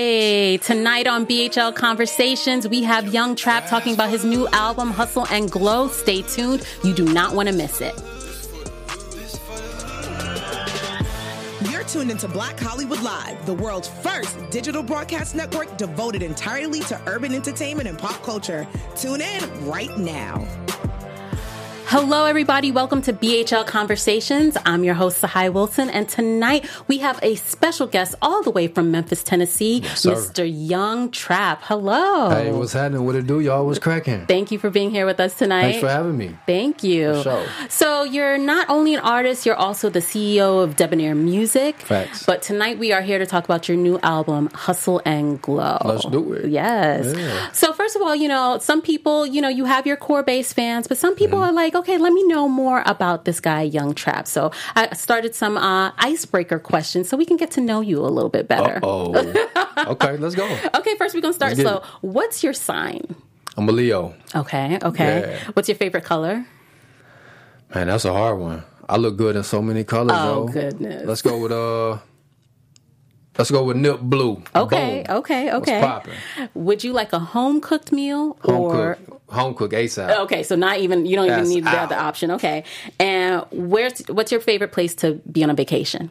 Hey, tonight on BHL Conversations, we have Young Trap talking about his new album, Hustle and Glow. Stay tuned. You do not want to miss it. You're tuned into Black Hollywood Live, the world's first digital broadcast network devoted entirely to urban entertainment and pop culture. Tune in right now. Hello, everybody. Welcome to BHL Conversations. I'm your host, Sahai Wilson, and tonight we have a special guest all the way from Memphis, Tennessee, sir. Mr. Young Trap. Hello. Hey, what's happening? What it do? Y'all was cracking. Thank you for being here with us tonight. Thanks for having me. Thank you. For sure. So you're not only an artist, you're also the CEO of Debonair Music. Facts. But tonight we are here to talk about your new album, Hustle and Glow. Let's do it. Yes. Yeah. So first of all, you know, some people, you know, you have your core base fans, but some people Mm-hmm. are like, okay, let me know more about this guy, Young Trap. So I started some uh, icebreaker questions so we can get to know you a little bit better. Oh, okay, let's go. Okay, first we're gonna start Let's get slow. What's your sign? I'm a Leo. Okay, okay. Yeah. What's your favorite color? Man, that's a hard one. I look good in so many colors. Oh, though. goodness. Let's go with uh, let's go with nip blue. Okay, Boom. okay, What's okay. popping? Would you like a home cooked meal Home or Oh. cook, home cook ASAP. okay? So not even you don't even That's need the out. other option. Okay, and where's what's your favorite place to be on a vacation?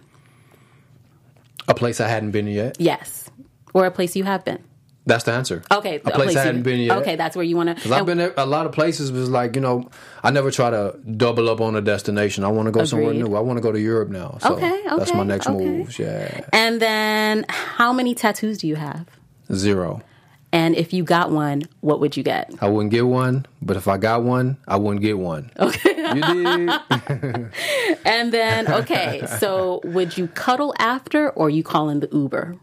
A place I hadn't been yet. Yes, or a place you have been. That's the answer. Okay, a place, I hadn't you, been yet. Okay, that's where you want to. Cause I've been at a lot of places. Was like you know, I never try to double up on a destination. I want to go somewhere Agreed. new. I want to go to Europe now. So Okay, that's my okay, next okay. moves. Yeah, And then, how many tattoos do you have? zero. And if you got one, what would you get? I wouldn't get one, but if I got one, I wouldn't get one. Okay. You did? And then, okay, so would you cuddle after or you call in the Uber?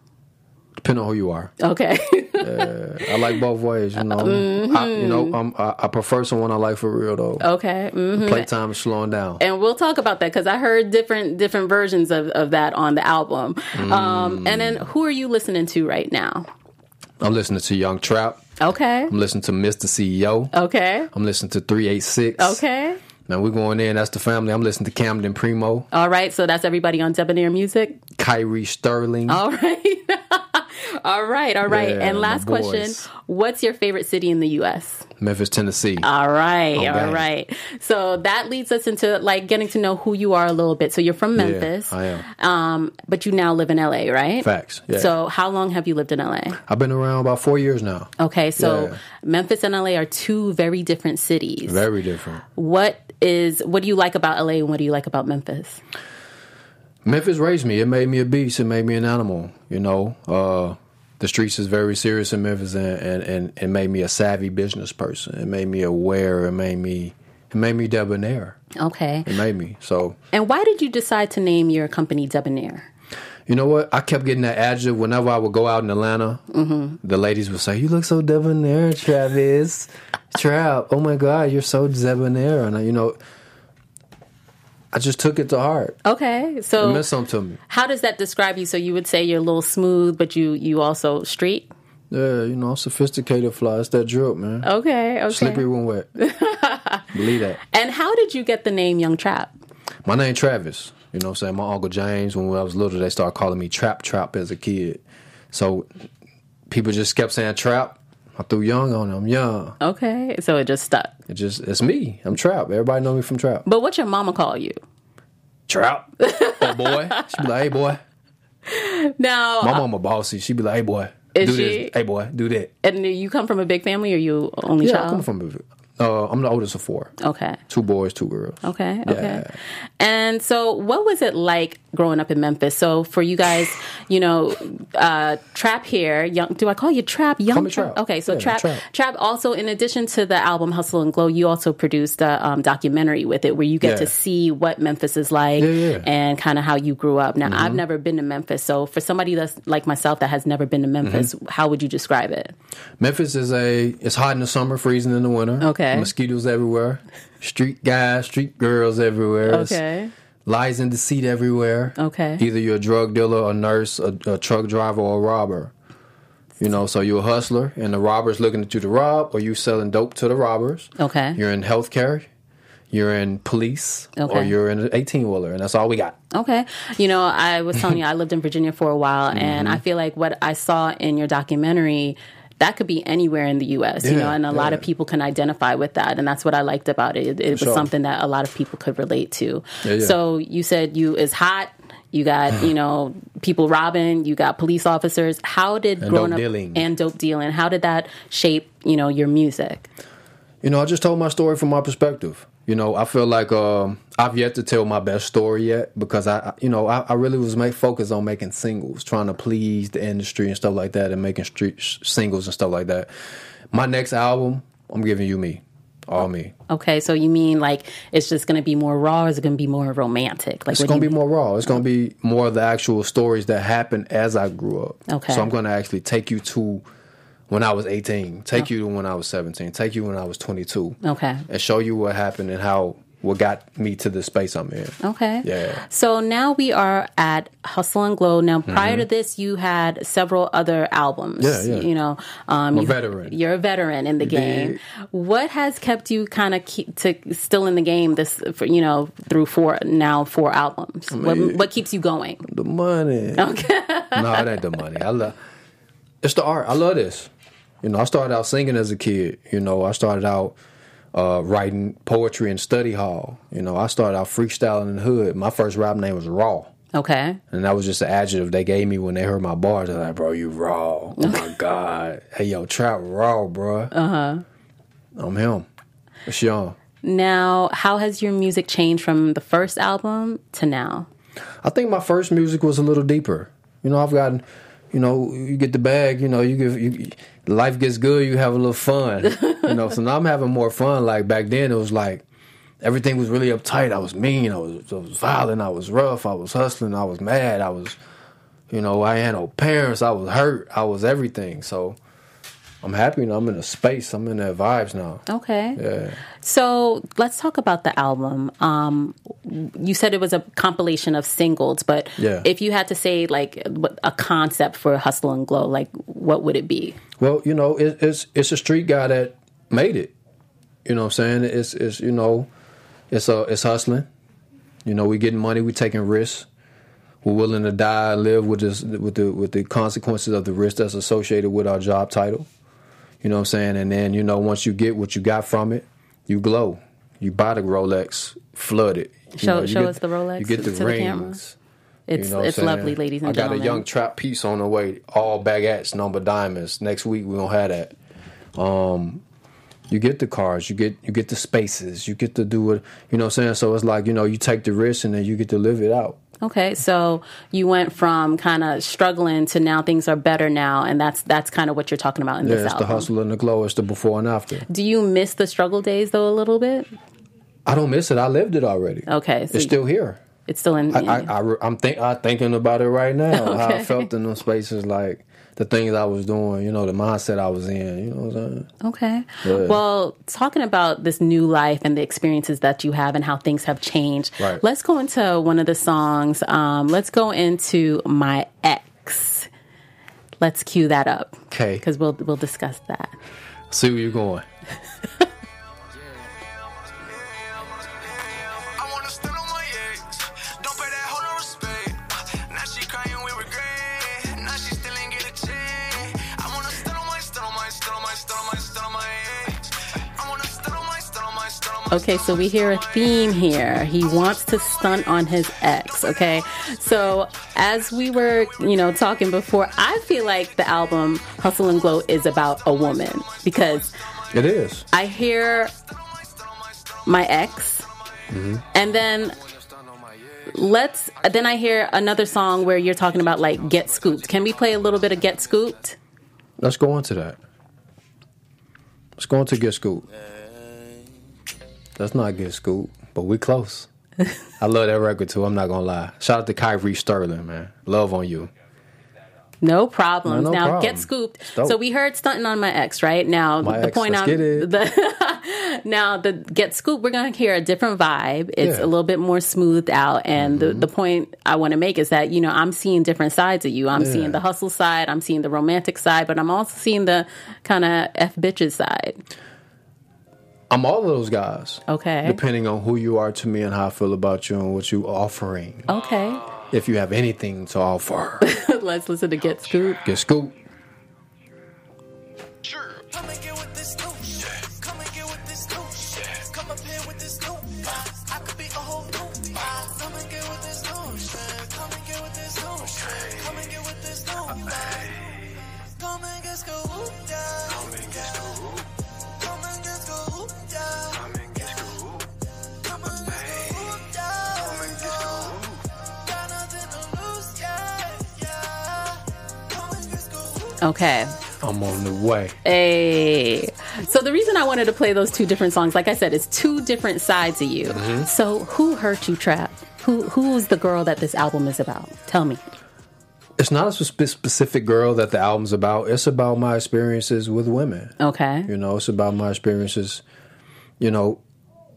Depending on who you are. Okay. I like both ways, you know. I, you know, um, I, I prefer someone I like for real, though. Mm-hmm. okay. mhm. Playtime is slowing down. and we'll talk about that because I heard different different versions of, of that on the album. Um, and then who are you listening to right now? I'm listening to Young Trap. Okay, I'm listening to Mr. CEO. okay, I'm listening to 386. okay. Now we're going in. That's the family. I'm listening to Camden Primo, All right, so that's everybody on Debonair Music. Kyrie Sterling. All right, all right, all right. Yeah, and last my question: boys. What's your favorite city in the U.S.? Memphis, Tennessee. All right, all Okay. right. So that leads us into like getting to know who you are a little bit. So you're from Memphis, I am. um, but you now live in L.A., right? Facts. Yeah. So how long have you lived in L.A.? I've been around about four years now. Okay, so Yeah. Memphis and LA are two very different cities. Very different. what is what do you like about LA and what do you like about Memphis? Memphis raised me. It made me a beast. It made me an animal. You know, uh, the streets is very serious in Memphis, and, and, and it made me a savvy business person. It made me aware. It made me it made me debonair. Okay. It made me so. And why did you decide to name your company Debonair? You know what? I kept getting that adjective whenever I would go out in Atlanta. The ladies would say, "You look so debonair, Travis. Trap. Oh my God, you're so debonair." And I, you know, I just took it to heart. Okay. It So meant something to me. how does that describe you? So you would say you're a little smooth, but you you also street? Yeah, you know, I'm sophisticated fly. It's that drip, man. Okay, okay. Slippery when wet. Believe that. And how did you get the name Young Trap? My name Travis. You know what I'm saying? My Uncle James, when I was little, they started calling me Trap Trap as a kid. So people just kept saying Trap. I threw young on them. Young. Okay. So it just stuck. It just it's me. I'm Trap. Everybody know me from Trap. But what's your mama call you? Trap. Oh boy. She be like, hey boy. Now My mama bossy. She be like, hey boy. Uh-huh. Is do she? this. Hey boy, do that. and you come from a big family or you only Yeah, I'm coming child? from uh, I'm the oldest of four. Okay. Two boys, two girls. Okay. Yeah. Okay. And so, what was it like growing up in Memphis? So, for you guys, you know, uh, trap here. Young, do I call you trap? Young me Trap. Okay. So Yeah, trap, trap. Trap. Also, in addition to the album Hustle and Glow, you also produced a um, documentary with it, where you get Yeah. to see what Memphis is like Yeah, yeah. Mm-hmm. and kind of how you grew up. Now, I've never been to Memphis, so for somebody that's like myself that has never been to Mm-hmm. Memphis, how would you describe it? Memphis is a it's hot in the summer, freezing in the winter. Okay. Mosquitoes everywhere. Street guys, street girls everywhere. It's Okay. lies and deceit everywhere. Okay. Either you're a drug dealer, a nurse, a, a truck driver, or a robber. You know, so you're a hustler and the robbers looking at you to rob, or you selling dope to the robbers. Okay. You're in healthcare. you're in police or Okay. you're in an 18 wheeler, and that's all we got. Okay. You know, I was telling you, I lived in Virginia for a while, and Mm-hmm. I feel like what I saw in your documentary. That could be anywhere in the U.S., you Yeah, know, and a lot yeah. of people can identify with that, and that's what I liked about it. It, it was sure. something that a lot of people could relate to. Yeah, yeah. So you said you is hot. You got you know people robbing. You got police officers. How did dope growing up dealing. and dope dealing? How did that shape you know your music? You know, I just told my story from my perspective. You know, I feel like um, I've yet to tell my best story yet because I, I- you know, I, I really was make focused on making singles, trying to please the industry and stuff like that, and making street sh- singles and stuff like that. My next album, I'm giving you me, all me. Okay, so you mean like it's just going to be more raw? Or is it going to be more romantic? Like It's what do gonna you be more raw. It's gonna be more of the actual stories that happened as I grew up. Okay. So I'm gonna actually take you to when I was 18, take you to when I was 17, take you when I was 22, Oh. Okay. and show you what happened and how what got me to the space I'm in. Okay. Yeah. So now we are at Hustle and Glow. Now, prior to this, you had several other albums. Mm-hmm. Yeah, yeah. You know, um, a you- veteran. You're a veteran in the game. What has kept you kind of keep to still in the game? This, for, you know, through four now four albums. what, what keeps you going? The money. Okay. no, it ain't the money. I love. It's the art. I love this. You know, I started out singing as a kid. You know, I started out uh, writing poetry in study hall. You know, I started out freestyling in the hood. My first rap name was Raw. Okay. And that was just an adjective they gave me when they heard my bars. They're like, bro, you raw. Oh my God. Hey, yo, trap raw, bro. Uh huh. I'm him. It's young. Now, how has your music changed from the first album to now? I think my first music was a little deeper. You know, I've gotten, you know, you get the bag, you know, you give, you, life gets good, you have a little fun. you know, so now I'm having more fun. Like back then, it was like everything was really uptight. I was mean, I was, I was violent, I was rough, I was hustling, I was mad, I was, you know, I had no parents, I was hurt, I was everything. So I'm happy now. I'm in a space, I'm in that vibes now. Okay. Yeah. So let's talk about the album. Um, you said it was a compilation of singles, but Yeah. if you had to say like what- a concept for Hustle and Glow, like what would it be? Well, you know, it, it's it's a street guy that made it. You know what I'm saying? It's it's you know, it's uh it's hustling. You know, we getting money, we taking risks. We're willing to die, live with this with the with the consequences of the risk that's associated with our job title. You know what I'm saying? And then, you know, once you get what you got from it, you glow. You buy the Rolex, flood it. You Show- you show us the Rolex You get the to the camera. rings. It's You know what I'm it's saying? lovely, ladies and I gentlemen. got a young trap piece on the way, all baguettes, number diamonds. Next week we gonna have that. Um, you get the cars, you get you get the spaces, you get to do it. You know what I'm saying? So it's like you know you take the risk and then you get to live it out. okay, so you went from kind of struggling to now things are better now, and that's that's kind of what you're talking about in Yeah, this it's the album. hustle and the glow. It's the before and after. Do you miss the struggle days though a little bit? I don't miss it. I lived it already. Okay, so it's still here. It's still in. I, I, I, I'm think I thinking about it right now. How I felt in those spaces, like the things I was doing. You know, the mindset I was in. You know what I'm saying? Okay. Yeah. Well, talking about this new life and the experiences that you have and how things have changed, Right. let's go into one of the songs. Um, let's go into My Ex. Let's cue that up. 'Kay. Because we'll, we'll discuss that. See where you're going. I wanna stand on my ex. Don't pay that hoe no respect. Now she crying with regret. Now she still ain't get a check. I wanna stand on my, stand on my, stand on my, stand on my, stand on my ex. I wanna stand on my, stand on my, stand on my. Okay, so we hear a theme here. He wants to stunt on his ex, okay? So, as we were, you know, talking before, I feel like the album Hustle and Glow is about a woman because It is. I hear my ex, and then let's. Then I hear another song where you're talking about like get scooped. Can we play a little bit of get scooped? Let's go on to that. Let's go on to Get Scoop. That's not Get Scoop, but we close. I love that record too. I'm not gonna lie. Shout out to Kyrie Sterling, man. Love on you. No problems. No, no now problem. get scooped. dope. So we heard stunting on my ex, right? Now My the ex, point let's I'm get it. the now the get scooped. We're gonna hear a different vibe. It's Yeah. Mm-hmm. a little bit more smoothed out. And the the point I want to make is that you know I'm seeing different sides of you. I'm Yeah. seeing the hustle side. I'm seeing the romantic side, but I'm also seeing the kind of f bitches side. I'm all of those guys. Okay. Depending on who you are to me and how I feel about you and what you offering. Okay. If you have anything to offer, Let's listen to Get Scoop. get scoop. Sure. Come and get with this dope shit. Come and get with this dope shit. Come up here with this dope. I could be a whole dope. Come and get with this dope shit. Come and get with this dope shit. Come and get with this dope. Come and get scooped up. Come and get scooped. Come and get scooped up. Come and get scooped. Come and get scooped up. Come and get scooped. Got nothing to lose, yeah, yeah. Come and get scooped. Okay. I'm on the way. Hey. So the reason I wanted to play those two different songs, like I said, it's two different sides of you. Mm-hmm. So who hurt you, Trap? Who who's the girl that this album is about? Tell me. It's not a spe- specific girl that the album's about. It's about my experiences with women. Okay. You know, it's about my experiences. You know,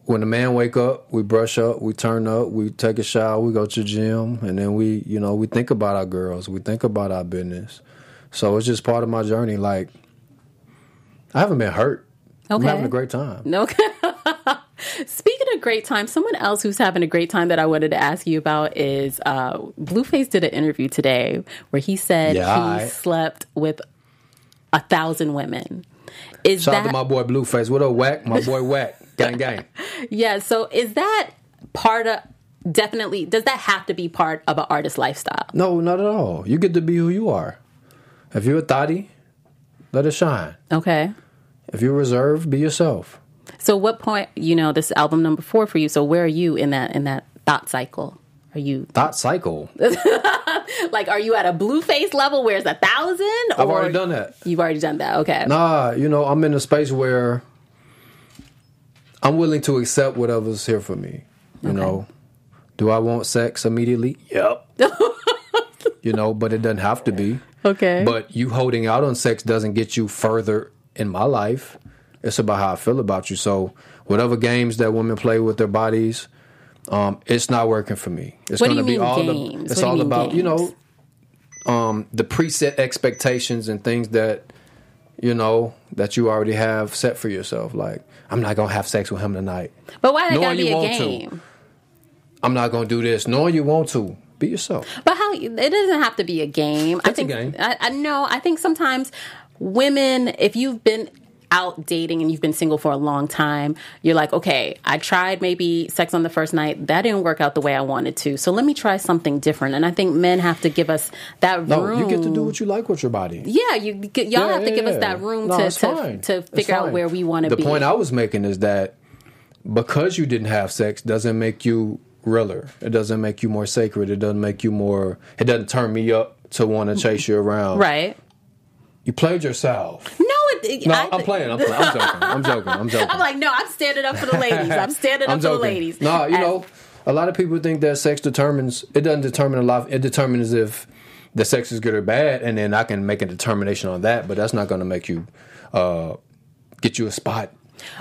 when a man wake up, we brush up, we turn up, we take a shower, we go to the gym, and then we, you know, we think about our girls, we think about our business. So it's just part of my journey. Like, I haven't been hurt. I'm Okay. having a great time. No. Speaking of great time, someone else who's having a great time that I wanted to ask you about is uh, Blueface did an interview today where he said Yeah, he I- slept with a thousand women. Is Shout out that to my boy Blueface. What up, Whack? My boy Whack. Gang, gang. yeah? So is that part of definitely? Does that have to be part of an artist lifestyle? No, not at all. You get to be who you are. If you're a thotty, let it shine. Okay. If you're reserved, be yourself. So what point? You know, this is album number four for you. So where are you in that in that thought cycle? Are you Thought cycle. like are you at a Blueface level where it's a thousand? I've already done that. You've already done that. Okay. Nah, you know, I'm in a space where I'm willing to accept whatever's here for me. You know, do I want sex immediately? Yep. you know, but it doesn't have to be. Okay. But you holding out on sex doesn't get you further in my life. It's about how I feel about you. So whatever games that women play with their bodies, um, it's not working for me. It's What do you be mean all games? The, What it's do you all mean about you games? know um, the preset expectations and things that you know that you already have set for yourself. Like I'm not gonna have sex with him tonight. But why that Knowing gotta be you a want to. game? I'm not gonna do this. Knowing you want to be yourself. But how it doesn't have to be a game. I It's a think game. I, I know. I think sometimes women, if you've been out dating and you've been single for a long time, you're like, okay, I tried maybe sex on the first night. That didn't work out the way I wanted to. So let me try something different. And I think men have to give us that No, room. you get to do what you like with your body. yeah, you get, y'all Yeah, have to yeah, give us yeah. that room No, to, it's to fine. to It's figure out fine. where we want to The be. point I was making is that because you didn't have sex doesn't make you realer. It doesn't make you more sacred. It doesn't make you more. It doesn't turn me up to want to chase you around. right? You played yourself. No, it, No, I, I'm playing. I'm, playing. I'm joking. I'm joking. I'm joking. I'm like, no, I'm standing up for the ladies. I'm standing up I'm for the joking. ladies. No, you And- know, a lot of people think that sex determines. It doesn't determine a lot. It determines if the sex is good or bad, and then I can make a determination on that. But that's not going to make you uh, get you a spot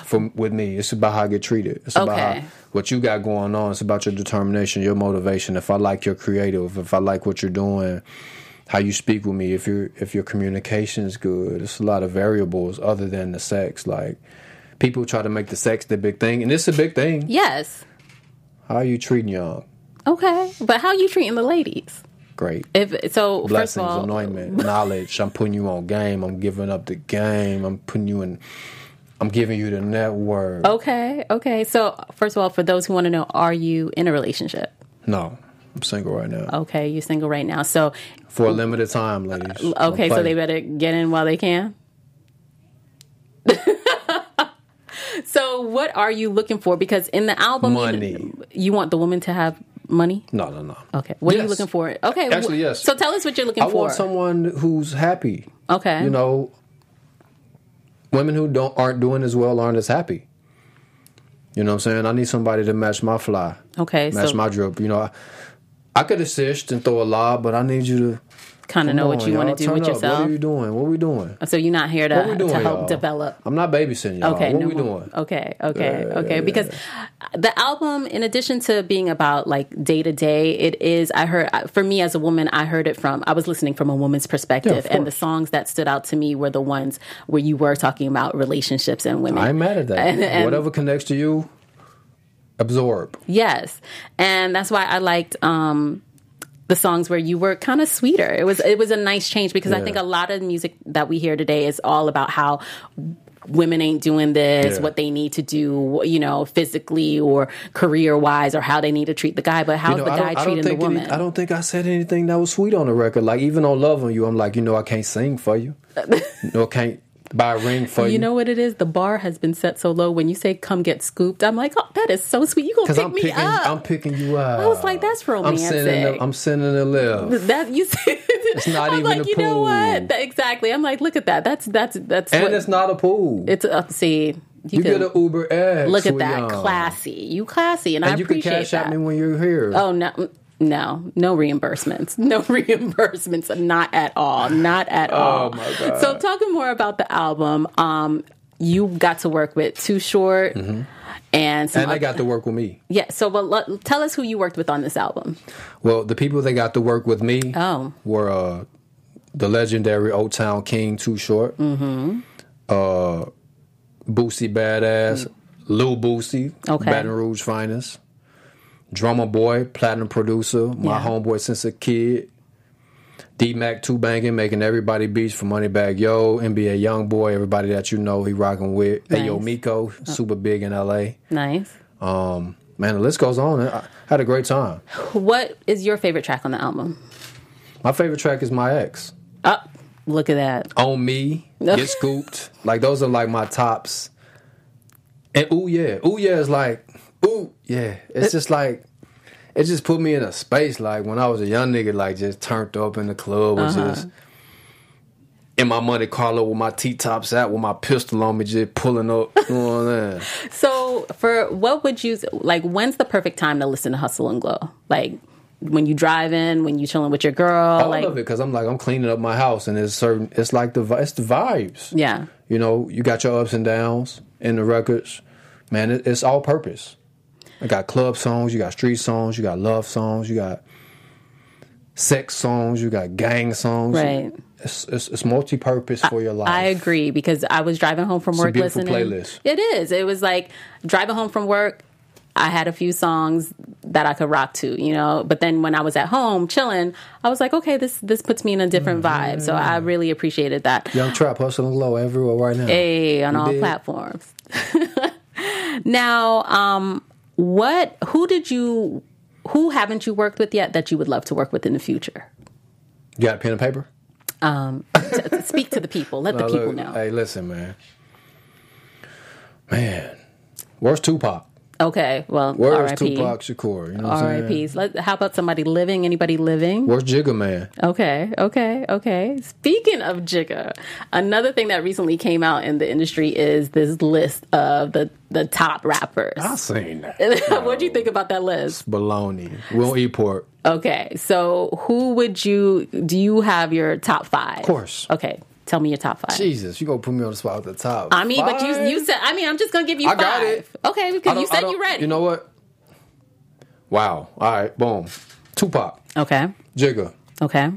from with me. It's about how I get treated. It's about Okay. how, what you got going on. It's about your determination, your motivation. If I like your creative, if I like what you're doing. How you speak with me, if your if your communication is good, it's a lot of variables other than the sex. Like people try to make the sex the big thing, and it's a big thing. Yes. How are you treating y'all? Okay. But how you treating the ladies? Great. If so, first of Blessings, all, anointment, knowledge. I'm putting you on game. I'm giving up the game. I'm putting you in. I'm giving you the Oh. network. okay, okay. So first of all, for those who want to know, are you in a relationship? No, I'm single right now Okay, you're single right now. So for a limited time, ladies. Don't Uh, okay, so play. they better get in while they can. so what are you looking for? Because in the album, you- Money. You, want the woman to have money. No, no, no. Okay, what are you Yes. looking for? Okay, Actually, yes. So tell us what you're looking I for. want someone who's happy. okay, You know, women who don't aren't doing as well aren't as happy. You know what I'm saying? I need somebody to match my fly. okay, match so my drip. You know, I, I could assist and throw a lob, but I need you to kind of know Come what on, you y'all. want to do Turn with up. What yourself. are you doing? What are we doing? so you're not here What are to, we doing? to help y'all? develop. I'm not babysitting y'all. Okay, what no we more. doing? Okay, okay, Yeah, yeah, okay. yeah, because the album, in addition to being about like day to day, it is. I heard for me as a woman, I heard it from. I was listening from a woman's perspective, and the course. songs that stood out to me were the ones where you were talking about relationships and women. I ain't mad at that. And- and- Whatever connects to you, absorb. Yes, and that's why I liked um, the songs where you were kind of sweeter. It was it was a nice change because I Yeah. think a lot of music that we hear today is all about how women ain't doing this, Yeah. what they need to do, you know, physically or career wise, or how they need to treat the guy. But how's You know, the I guy don't- I don't treating the think any- woman? I don't think I said anything that was sweet on the record. Like even on Love on You, I'm like, you know, I can't sing for you. no, I can't buy a ring for you. you know what it is? The bar has been set so low. When you say "come get scooped," I'm like, "Oh, that is so sweet. You gonna because pick I'm me picking, up?" I'm picking you up. I was like, "That's I'm romantic." sending, a, I'm sending a live. That you said it's not I'm even like, a you know pool. what? That- exactly. I'm like, look at that. That's that's that's and what- it's not a pool. it's up. See, you, you can get an Uber X. look at with that y'all. classy. You classy, and, I And you can appreciate cash that. at me when you're here. oh no. mm, No, no reimbursements. No reimbursements. Not at all. Not at all. Oh my God. So, talking more about the album, um, you got to work with Too Short and some. Mm-hmm. and other, they got to work with me. yeah. So, well, let- tell us who you worked with on this album. Well, the people that got to work with me Oh. were uh, the legendary Old Town King, Too Short, mm-hmm. uh, Boosie Badass, Lil Boosie, Okay. Baton Rouge Finest, Drummer Boy, Platinum Producer, my Yeah. homeboy since a kid, D Mac Two Banging, making everybody beats for Money Bag Yo, NBA Young Boy, everybody that you know he rocking with, Ayo Nice. Uh. Miko, super big in LA. Nice. Um, man, the list goes on. I I had a great time. What is your favorite track on the album? My favorite track is My Ex. Oh, look at that. on me, No. get scooped. Like those are like my tops. And ooh yeah, ooh yeah is like ooh yeah. It's just like it just put me in a space like when I was a young nigga, like just turned up in the club, was Uh-huh. just in my Monte Carlo with my t tops out, with my pistol on me, just pulling up. You know what I'm saying? So, for what would you like? When's the perfect time to listen to Hustle and Glow? Like when you driving, when you chilling with your girl, I like love it because I'm like I'm cleaning up my house, and it's certain. It's like the vi- it's the vibes. yeah, You know, you got your ups and downs in the records. Man, it, it's all purpose. I got club songs, you got street songs, you got love songs, you got sex songs, you got gang songs. Right. It's it's, it's multi purpose for your life. I agree because I was driving home from a work beautiful listening. playlist. It is. It was like driving home from work. I had a few songs that I could rock to, you know. But then when I was at home chilling, I was like, okay, this this puts me in a different vibe. So I Mm-hmm. really appreciated that. Young Trap hustling low everywhere right now. Hey, on You all dig? platforms. now, um, what? Who did you? Who haven't you worked with yet that you would love to work with in the future? You got pen and paper? Speak to the people. Let the Now, people look, know. Hey, listen, man. Man. Where's Tupac? okay. Well, Where's R.I.P. Tupac Shakur? You know what I'm saying? R.I.P.s. Let, how about somebody living? Anybody living? Where's Jigga Man? Okay, okay, okay. Speaking of Jigga, another thing that recently came out in the industry is this list of the the top rappers. I seen that. what do you think about that list? Baloney. Will Eport. Okay, so who would you do? You have your top five, of course. Okay, tell me your top five. Jesus, you gonna put me on the spot at the top. I mean, but you you said I mean I'm just gonna give you I five. got it. Okay, because you said you ready. You know what? Wow. All right. Boom. Tupac, okay, Jigga. okay.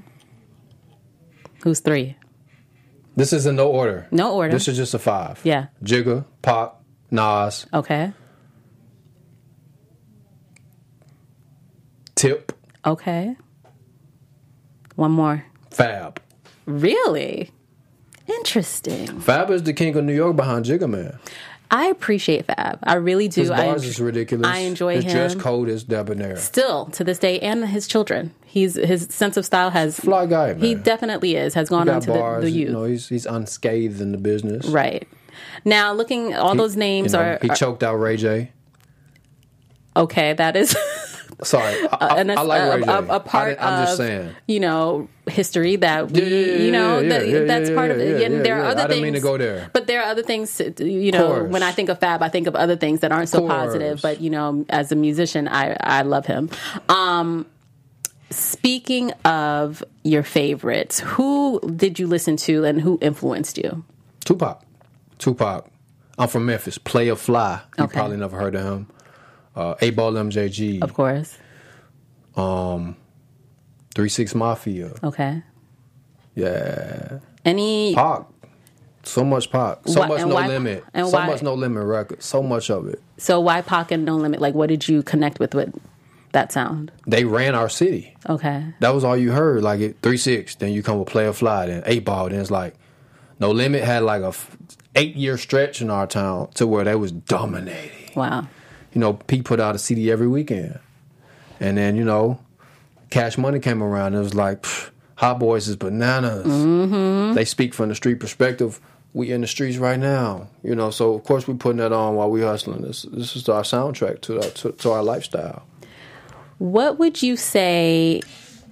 Who's three? This is in no order. No order. This is just a five. Yeah. Jigga, Pop, Nas, Okay, Tip, okay. One more. Fab. Really interesting. Fab is the king of New York behind Jigga Man. I appreciate Fab. I really do. His I bars en- is ridiculous. I enjoy His dress him. code is debonair. still to this day and his children he's his sense of style has Fly guy, man. he definitely is has gone on got to the, bars. the you youth know, he's he's unscathed in the business. right now looking all He- those names you know, are, He are- choked out Ray J. okay that is Sorry, I, I, Uh, and I that's like Ray J. a, a, a part I, am of just saying. you know history that we Yeah, yeah, yeah, you know yeah, that, yeah, yeah, that's yeah, part of yeah, it yeah, and yeah, there are yeah. other I things didn't mean to go there. but there are other things to- you know Course. when I think of Fab I think of other things that aren't so positive Course. but you know as a musician I I love him um Speaking of your favorites, who did you listen to and who influenced you? Tupac. Tupac. I'm from Memphis. Player Fly. You Okay. probably never heard of him. Uh, A Ball MJG. Of course. Three Six Mafia. Okay. Yeah. Any Pac. So much Pac. So Why- much and No why- Limit. and so why- much No Limit record. So much of it. so why Pac and No Limit? Like what did you connect with with that sound? They ran our city. Okay. That was all you heard. Like it, three six. Then you come with Player Fly. Then eight ball. Then it's like No Limit had like a f- eight year stretch in our town to where they was dominating. Wow. you know, Pete put out a CD every weekend. And then, you know, Cash Money came around. It was like, pff, Hot Boys is bananas. They speak from the street perspective. We in the streets right now, you know. So of course we're putting that on while we hustling. This this is our soundtrack to that to, to our lifestyle. What would you say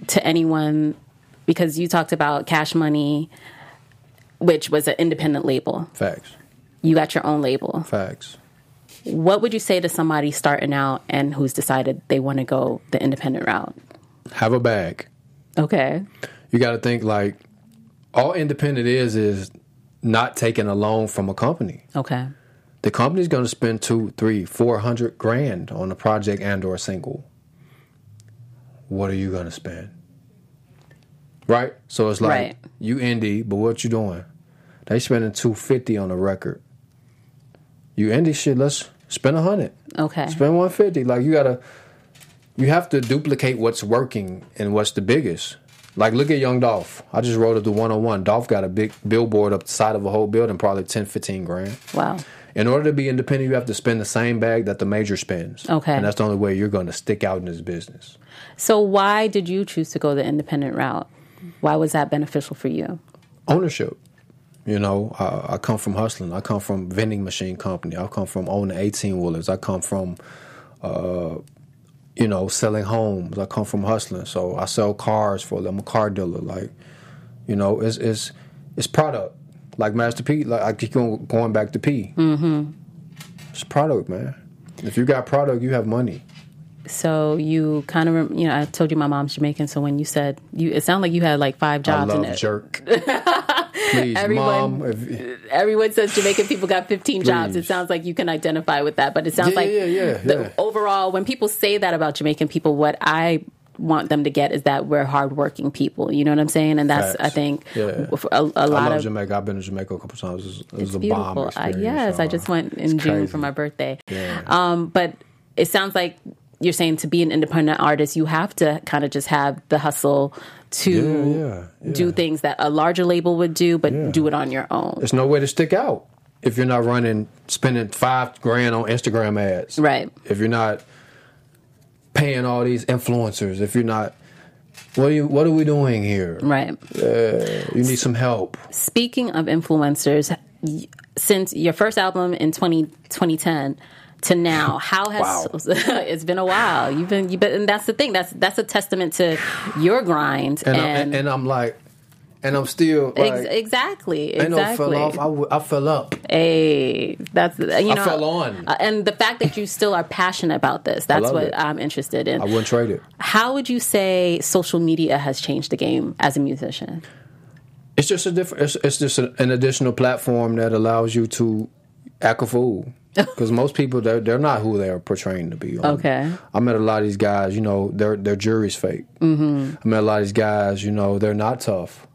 to anyone because you talked about Cash Money which was an independent label. Facts, You got your own label. facts. What would you say to somebody starting out and who's decided they want to go the independent route? Have a bag. Okay. You got to think like all independent is is not taking a loan from a company. Okay. the company's going to spend two, three, four hundred grand on a project and or a single. What are you going to spend? Right. So it's like Right. you indie, but what you doing? They spending two fifty on a record. You indie shit. Let's spend a hundred. Okay. Spend one fifty. Like you gotta, you have to duplicate what's working and what's the biggest. Like look at Young Dolph. I just wrote up the one on one. Dolph got a big billboard up the side of a whole building, probably 10, 15 grand. Wow. In order to be independent, you have to spend the same bag that the major spends. Okay. And that's the only way you're going to stick out in this business. So why did you choose to go the independent route? Why was that beneficial for you? Ownership. You know, I, I come from hustling. I come from vending machine company. I come from owning 18 wheelers. I come from, uh, you know, selling homes. I come from hustling. So I sell cars for them. I'm a car dealer. Like, you know, it's it's it's product. Like Master P, like I keep going, going back to P. Mm-hmm. It's product, man. If you got product, you have money. So you kind of, rem- you know, I told you my mom's Jamaican. So when you said you, it sounded like you had like five jobs. I in love it. jerk. Please, Everyone- mom. If, Everyone says Jamaican people got 15 jobs. It Please. sounds like you can identify with that, but it sounds Yeah, like yeah, yeah, the yeah. overall, when people say that about Jamaican people, what I want them to get is that we're hardworking people. You know what I'm saying? And that's, I Facts. think, Yeah. for a, a I lot love of Jamaica. I've been to Jamaica a couple times. It was, it was it's a bomb beautiful. I, experience. yes, I y'all. just went in It's June crazy. for my birthday. Yeah. Um, but it sounds like you're saying to be an independent artist, you have to kind of just have the hustle to Yeah, yeah, yeah. do things that a larger label would do, but Yeah. do it on your own. There's no way to stick out if you're not running, spending five grand on Instagram ads. Right. If you're not paying all these influencers. If you're not, what are you? What are we doing here? Right. You need some help. Speaking of influencers, y- since your first album in 20, 2010 to now, how has Wow. it's been a while? You've been, you've been, and that's the thing. That's that's a testament to your grind And and, I'm, and I'm like, and I'm still like. Ex- exactly, I know exactly. I fell off. I, w- I fell up. Hey, that's you know, fell on. uh, and the fact that you still are passionate about this—that's love what it. I'm interested in. I wouldn't trade it. How would you say social media has changed the game as a musician? It's just a different. It's, it's just a, an additional platform that allows you to act a fool because most people they're they're not who they are portraying to be. Um, Okay. I met a lot of these guys. You know, their their jury's fake. Mm-hmm. I met a lot of these guys. You know, they're not tough.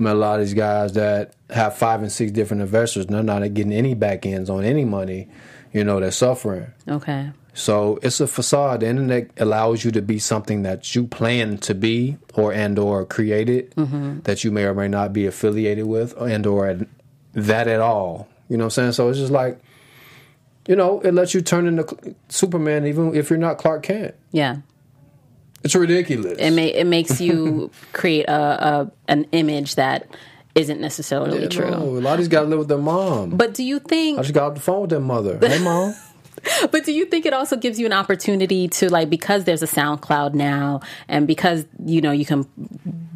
I met a lot of these guys that have five and six different investors. And they're not getting any back ends on any money. You know, they're suffering. Okay, So it's a facade. The internet allows you to be something that you plan to be, or and or created Mm-hmm. that you may or may not be affiliated with, and or at- that at all. You know what I'm saying? So it's just like, you know, it lets you turn into Cl- Superman, even if you're not Clark Kent. yeah, It's ridiculous. it ma- it makes you create a, a an image that isn't necessarily You true. know, a lot of these guys live with their mom. But do you think? I just got off the phone with their mother. Hey, mom. But do you think it also gives you an opportunity to like because there's a SoundCloud now and because you know you can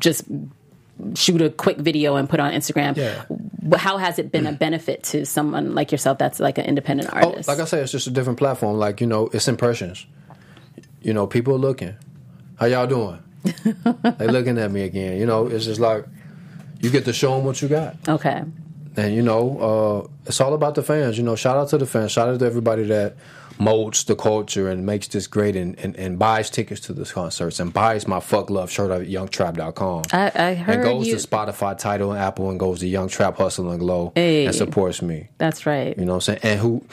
just shoot a quick video and put it on Instagram. Yeah. wh- How has it been a benefit to someone like yourself that's like an independent Oh, artist? like I said, it's just a different platform. Like you know, it's impressions. You know, people are looking. How y'all doing? they looking at me again. You know, it's just like you get to show them what you got, Okay. and you know, uh, it's all about the fans. You know, shout out to the fans. Shout out to everybody that molds the culture and makes this great and, and, and buys tickets to the concerts and buys my fuck love shirt at youngtrap.com. I, I heard and goes you. to Spotify, Title, and Apple, and goes to Young Trap Hustle and Glow Hey. and supports me. That's right. You know what I'm saying? And who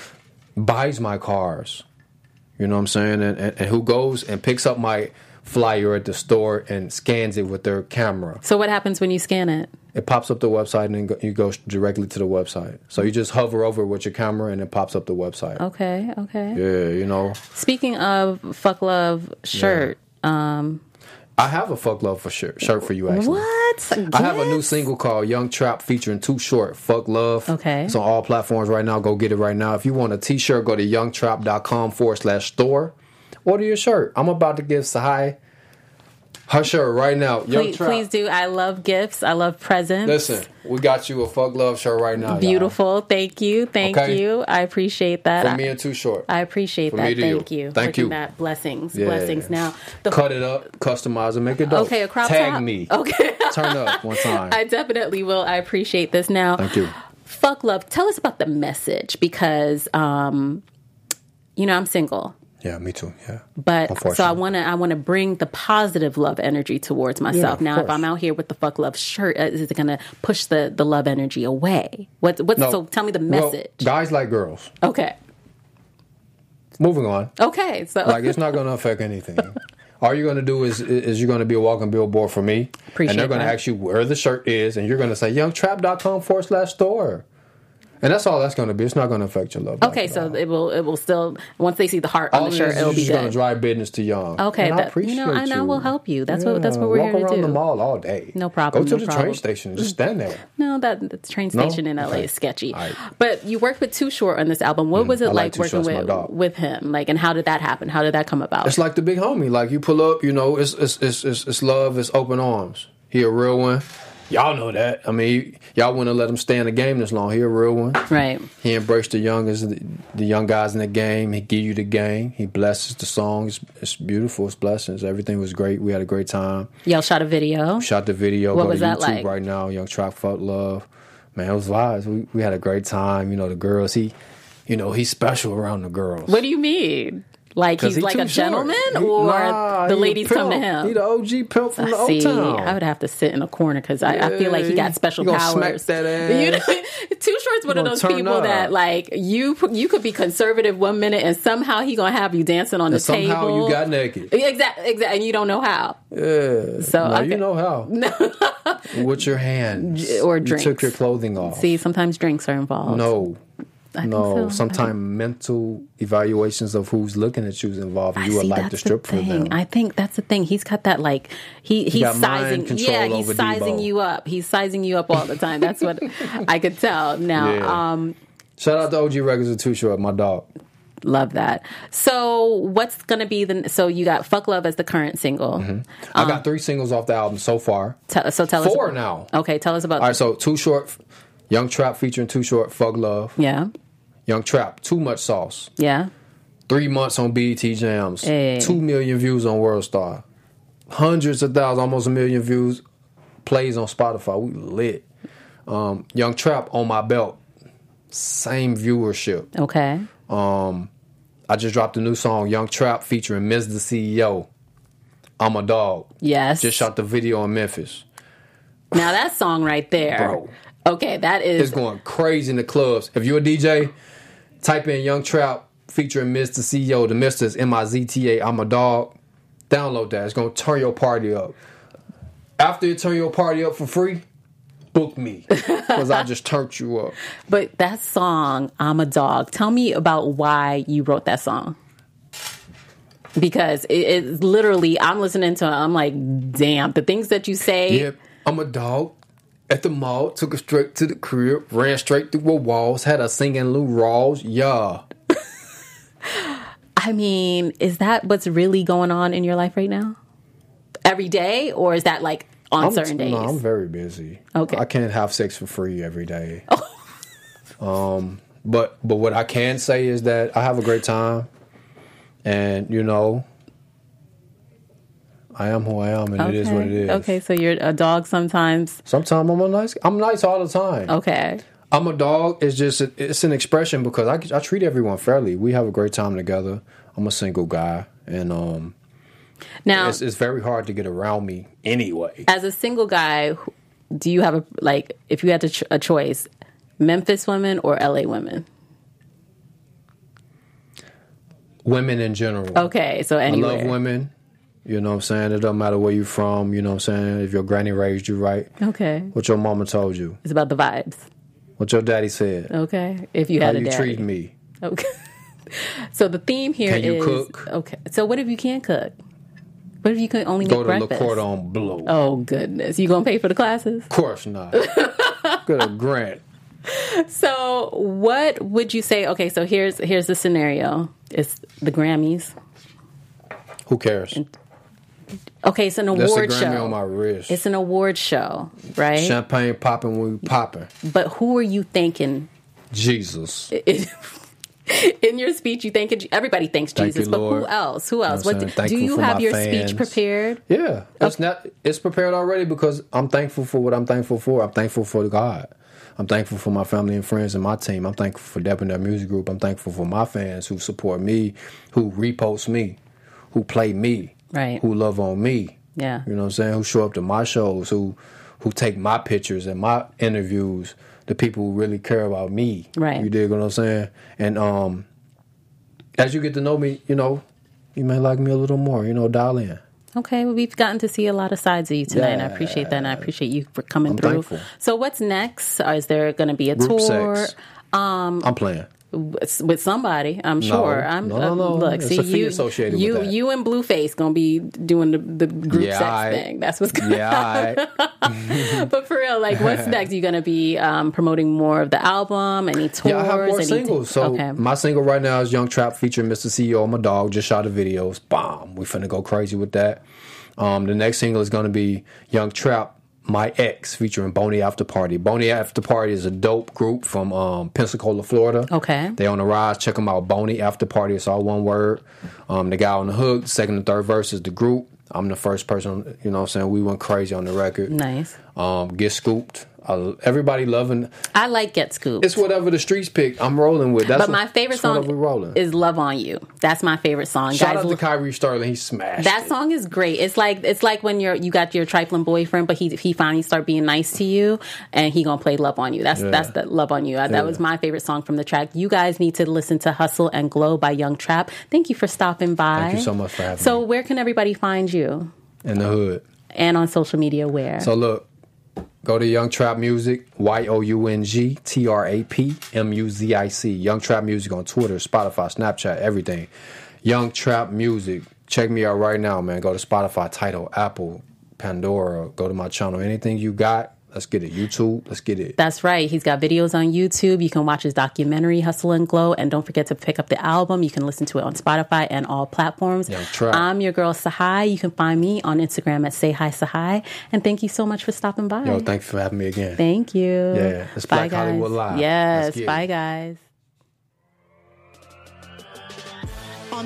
buys my cars. You know what I'm saying? And, and, and who goes and picks up my flyer at the store and scans it with their camera. So what happens when you scan it? It pops up the website and then go, you go directly to the website. So you just hover over with your camera and it pops up the Oh. website. Okay. Okay. Yeah, you know. Speaking of fuck love shirt. I have a fuck love for shirt, shirt for you, actually. What? I have a new Gifts? single called Young Trap featuring Too Short, Fuck Love. Okay. It's on all platforms right now. Go get it right now. If you want a t shirt, go to youngtrap.com forward slash store. Order your shirt. I'm about to give Sahai her shirt right now. Young Please, Trap. please do. I love gifts. I love presents. Listen, we got you a Fuck Love shirt right now. y'all. Beautiful. Thank you. Thank Okay. you. I appreciate that. From me and Too Short. I appreciate From that. me to Thank you. you. Thank Look at you. That. Blessings. Yeah. Blessings. Now, the Cut it up, customize it, make it dope. okay, a crop Tag top. me. Okay, Turn up one time. I definitely will. I appreciate this. Now, Thank you. Fuck love. Tell us about the message because, um, you know, I'm single. yeah, me too. Yeah. But so I Unfortunately. want to I want to bring the positive love energy towards myself. of now, if course. I'm out here with the fuck love shirt, uh, is it going to push the the love energy away? What what's No. so? Tell me the Well, message. guys like girls. okay. Moving on. Okay. So Like it's not going to affect anything. All you're going to do is is you're going to be a walking billboard for me, Appreciate and they're going to that. ask you where the shirt is, and you're going to say youngtrap.com forward slash store, and that's all that's going to be. It's not Oh, going to affect your love. life okay, at so all. it will it will still once they see the heart all on the it shirt, is it'll is be just going to good. drive business to young. Okay, and I that- you appreciate know, and I will help you. That's what- that's what we're walk here to around do. the mall all day. No problem, Go to no the problem. train station and just stand there. No, that the train No? station in LA Okay. is sketchy. All right. Mm, But you worked with Too Short on this album. What was it I like like, Too working Short, it's my with dog. with him? Like, and how did that happen? How did that come about? It's like the big homie. Like you pull up, you know, it's it's it's it's, it's love, it's open arms. He a real one. Y'all know that. I mean, y'all wouldn't let him stay in the game this long. He a real one. right. He embraced the youngest, the, the young guys in the game. He give you the game. He blesses the songs. It's beautiful. It's blessings. Everything was great. We had a great time. Y'all shot a video. Shot the video. What Go was to that YouTube like? right now. Young Trap Fuck Love. Man, it was vibes. We, we had a great time. You know, the girls. He, you know, he's special around the girls. What do you mean? Like 'Cause he's he like too a gentleman, short. He- or nah, the he a ladies come to pimp. him? He the OG pimp from the I old See, town. I would have to sit in a corner because I, I feel like he Yeah, got special you gonna smack powers. that ass. You know, Too Short's one of gonna those turn people up. that like you you could be conservative one minute and somehow he gonna have you dancing on the Somehow table. you got naked. exactly exactly, and you don't know how. Yeah. So Now okay. you know how. With your hands J- or You took drinks. your clothing off. See, sometimes drinks are involved. No. so. No, I sometimes mental evaluations of who's looking at you is involved, and you would See, like that's to strip the for thing. them. I think that's the thing. He's got that like he he's got mind sizing control yeah he's over sizing Debo. you up. He's sizing you up all the time. That's what I could tell. Now, Yeah. um, Shout out to OG Records and Too Short, my dog. love that. So what's gonna be the so you got fuck love as the current single. I Um, got three singles off the album so far. Tell, so tell Four us now. Okay, tell us about All right, so Too Short, Young Trap featuring Too Short, Fuck Love, yeah Young Trap, Too Much Sauce. yeah. Three months on BET Jams. Hey. Two million views on World Star. Hundreds of thousands, almost a million views, plays on Spotify. We lit. Um, Young Trap on my belt. Same viewership. Okay, I just dropped a new song, Young Trap, featuring Ms. the CEO. I'm a dog. yes. Just shot the video in Memphis. now that song right there. Bro. Okay, that It's is going crazy in the clubs. If you're a DJ, type in Young Trap featuring Mr. CEO. The Mr. is M I Z T A. I'm a dog. Download that. It's going to turn your party up. After you turn your party up for free, book me because I just turned you up. but that song I'm a dog. Tell me about why you wrote that song. Because it, it's literally I'm listening to it, I'm like damn the things that you say. Yep, I'm a dog. At the mall, took her straight to the crib, ran straight through her walls, had her singing Lou Rawls. Yeah. I mean, is that what's really going on in your life right now? Every day or is that like on I'm- certain days? No, I'm very busy. Okay. I can't have sex for free every day. um, Oh. but but what I can say is that I have a great time, and you know, I am who I am, and it is what it is. Okay, so you're a dog sometimes. Sometimes I'm a nice. I'm nice all the Oh. time. Okay. I'm a dog. It's just it's an expression because I, I treat everyone fairly. We have a great time together. I'm a single guy, and um, Now, it's, it's very hard to get around me anyway. as a single guy, who- do you have a like if you had to ch- a choice, Memphis women or LA women? Women in general. Okay, so I anyway. love women. You know what I'm saying? It don't matter where you're from. You know what I'm saying? If your granny raised you right, Okay. what your mama told you, It's about the vibes. what your daddy said, Okay. If you how had a you daddy. treat me. Okay. so the theme here is Can you cook? okay. So what if you can't cook? What if you can only Go make to Le breakfast? Cordon Bleu. Oh goodness, you gonna pay for the classes? Of course not. Good a grant. So what would you say? Okay, so here's here's the scenario. It's the Grammys. Who cares? Okay, it's an That's a award Grammy show. on my wrist. it's an award show, right? Champagne popping when we popping. But who are you thanking? Jesus. In your speech, you thank everybody thanks Thank Jesus, you, but Lord. who else? Who else? I'm What saying? Thank do you you for have my your fans. speech prepared? Yeah, it's not. It's prepared already because I'm thankful for what I'm thankful for. I'm thankful for God. I'm thankful for my family and friends and my team. I'm thankful for Deb and Deb Music Group. I'm thankful for my fans who support me, who repost me, who play me, Right. Who love on me. Yeah. you know what I'm saying. Who show up to my shows, who who take my pictures and my interviews. The people who really care about me. Right. You dig what I'm saying? And um, as you get to know me, you know, you may like me a little more. You know, dial in. Okay, well, we've gotten to see a lot of sides of you tonight, and I Yeah. appreciate that, and I appreciate you for coming I'm through. thankful. So, what's next? Or Is there going to be a Group tour sex. Um, I'm playing. with- with somebody? I'm sure. I'm uh, No, no, no. look, It's see a fee you, associated with you, that. you and Blueface gonna be doing the, the group Yeah, sex I- thing. That's what's going. Yeah, I, But for real, like, what's next? You gonna be um, promoting more of the album? Any tours? yeah, I have more Any- singles. So okay, my single right now is Young Trap featuring Mr. CEO, my dog. Just shot a video. It's bomb. We finna go crazy with that. Um, the next single is gonna be Young Trap, my ex, featuring Boney After Party. Boney After Party is a dope group from um, Pensacola, Florida. Okay. They on the rise. Check them out. Boney After Party. It's all one word. Um, the guy on the hook, second and third verse is the group. I'm the first person. You know what I'm saying? We went crazy on the record. nice. um, get scooped. I, everybody loving. I like Get Scoop. It's whatever the streets pick. I'm rolling with. That's but what- my favorite it's whatever song we rolling. is "Love on You." That's my favorite song. Shout Guys, out to Kyrie Sterling. He smashed. That it. song is great. It's like it's like when you're you got your trifling boyfriend, but he he finally start being nice to you, and he gonna play love on you. That's Yeah. that's the love on you. Uh, That was my favorite song from the track. You guys need to listen to "Hustle and Glow" by Young Trap. Thank you for stopping by. Thank you so much for having So me. where can everybody find you? in the hood. And on social media, where? So look, go to Young Trap Music. Y o u n g t r a p m u z i c. Young Trap Music on Twitter, Spotify, Snapchat, everything. Young Trap Music. Check me out right now, man. Go to Spotify, Title, Apple, Pandora. Go to my channel. Anything you got, let's get it. YouTube, let's get it. That's right. He's got videos on YouTube. You can watch his documentary, Hustle and Glow. And don't forget to pick up the album. You can listen to it on Spotify and all platforms. Young Trap. I'm your girl, Sahai. You can find me on Instagram at Say Hi Sahai. And thank you so much for stopping by. Yo, thank you for having me again. thank you. Yeah, it's Black Hollywood Live. Let's Yes. get it. Bye, guys. On